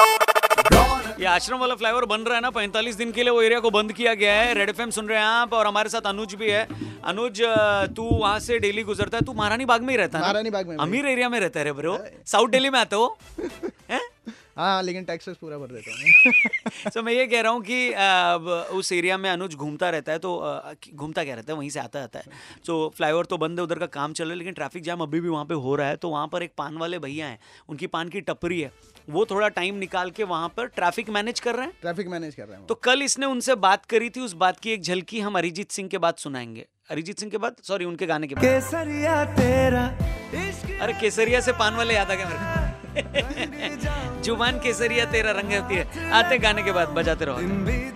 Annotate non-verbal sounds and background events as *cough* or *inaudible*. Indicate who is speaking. Speaker 1: ये आश्रम वाला फ्लाईओवर बन रहा है ना 45 दिन के लिए वो एरिया को बंद किया गया है रेड एफएम सुन रहे हैं आप और हमारे साथ अनुज भी है अनुज अ, तू वहाँ से डेली गुजरता है तू महारानी बाग में ही रहता है ना?
Speaker 2: महारानी बाग में भाई।
Speaker 1: अमीर एरिया में रहता है रे ब्रो साउथ दिल्ली में आता
Speaker 2: *laughs*
Speaker 1: हो हैं?
Speaker 2: हाँ लेकिन टैक्सेस पूरा भर देता हूँ *laughs*
Speaker 1: तो मैं ये कह रहा हूँ कि अ, अब उस एरिया में अनुज घूमता रहता है तो अ, कि- घूमता क्या रहता है वहीं से आता रहता है तो फ्लाईओवर तो बंद है उधर का काम चल रहा है लेकिन ट्रैफिक जाम अभी भी वहाँ पे हो रहा है तो वहाँ पर एक पान वाले भैया हैं उनकी पान की टपरी है वो थोड़ा टाइम निकाल के वहाँ पर ट्रैफिक मैनेज कर रहे हैं
Speaker 2: ट्रैफिक मैनेज कर रहे हैं
Speaker 1: तो कल इसने उनसे बात करी थी उस बात की एक झलकी हम अरिजीत सिंह के बाद सुनाएंगे अरिजीत सिंह के बाद सॉरी उनके गाने के बाद
Speaker 3: केसरिया तेरा
Speaker 1: अरे केसरिया से पान वाले याद आ गए *laughs* मेरे को। जुबान केसरिया तेरा रंग होती है आते गाने के बाद बजाते रहो
Speaker 3: भी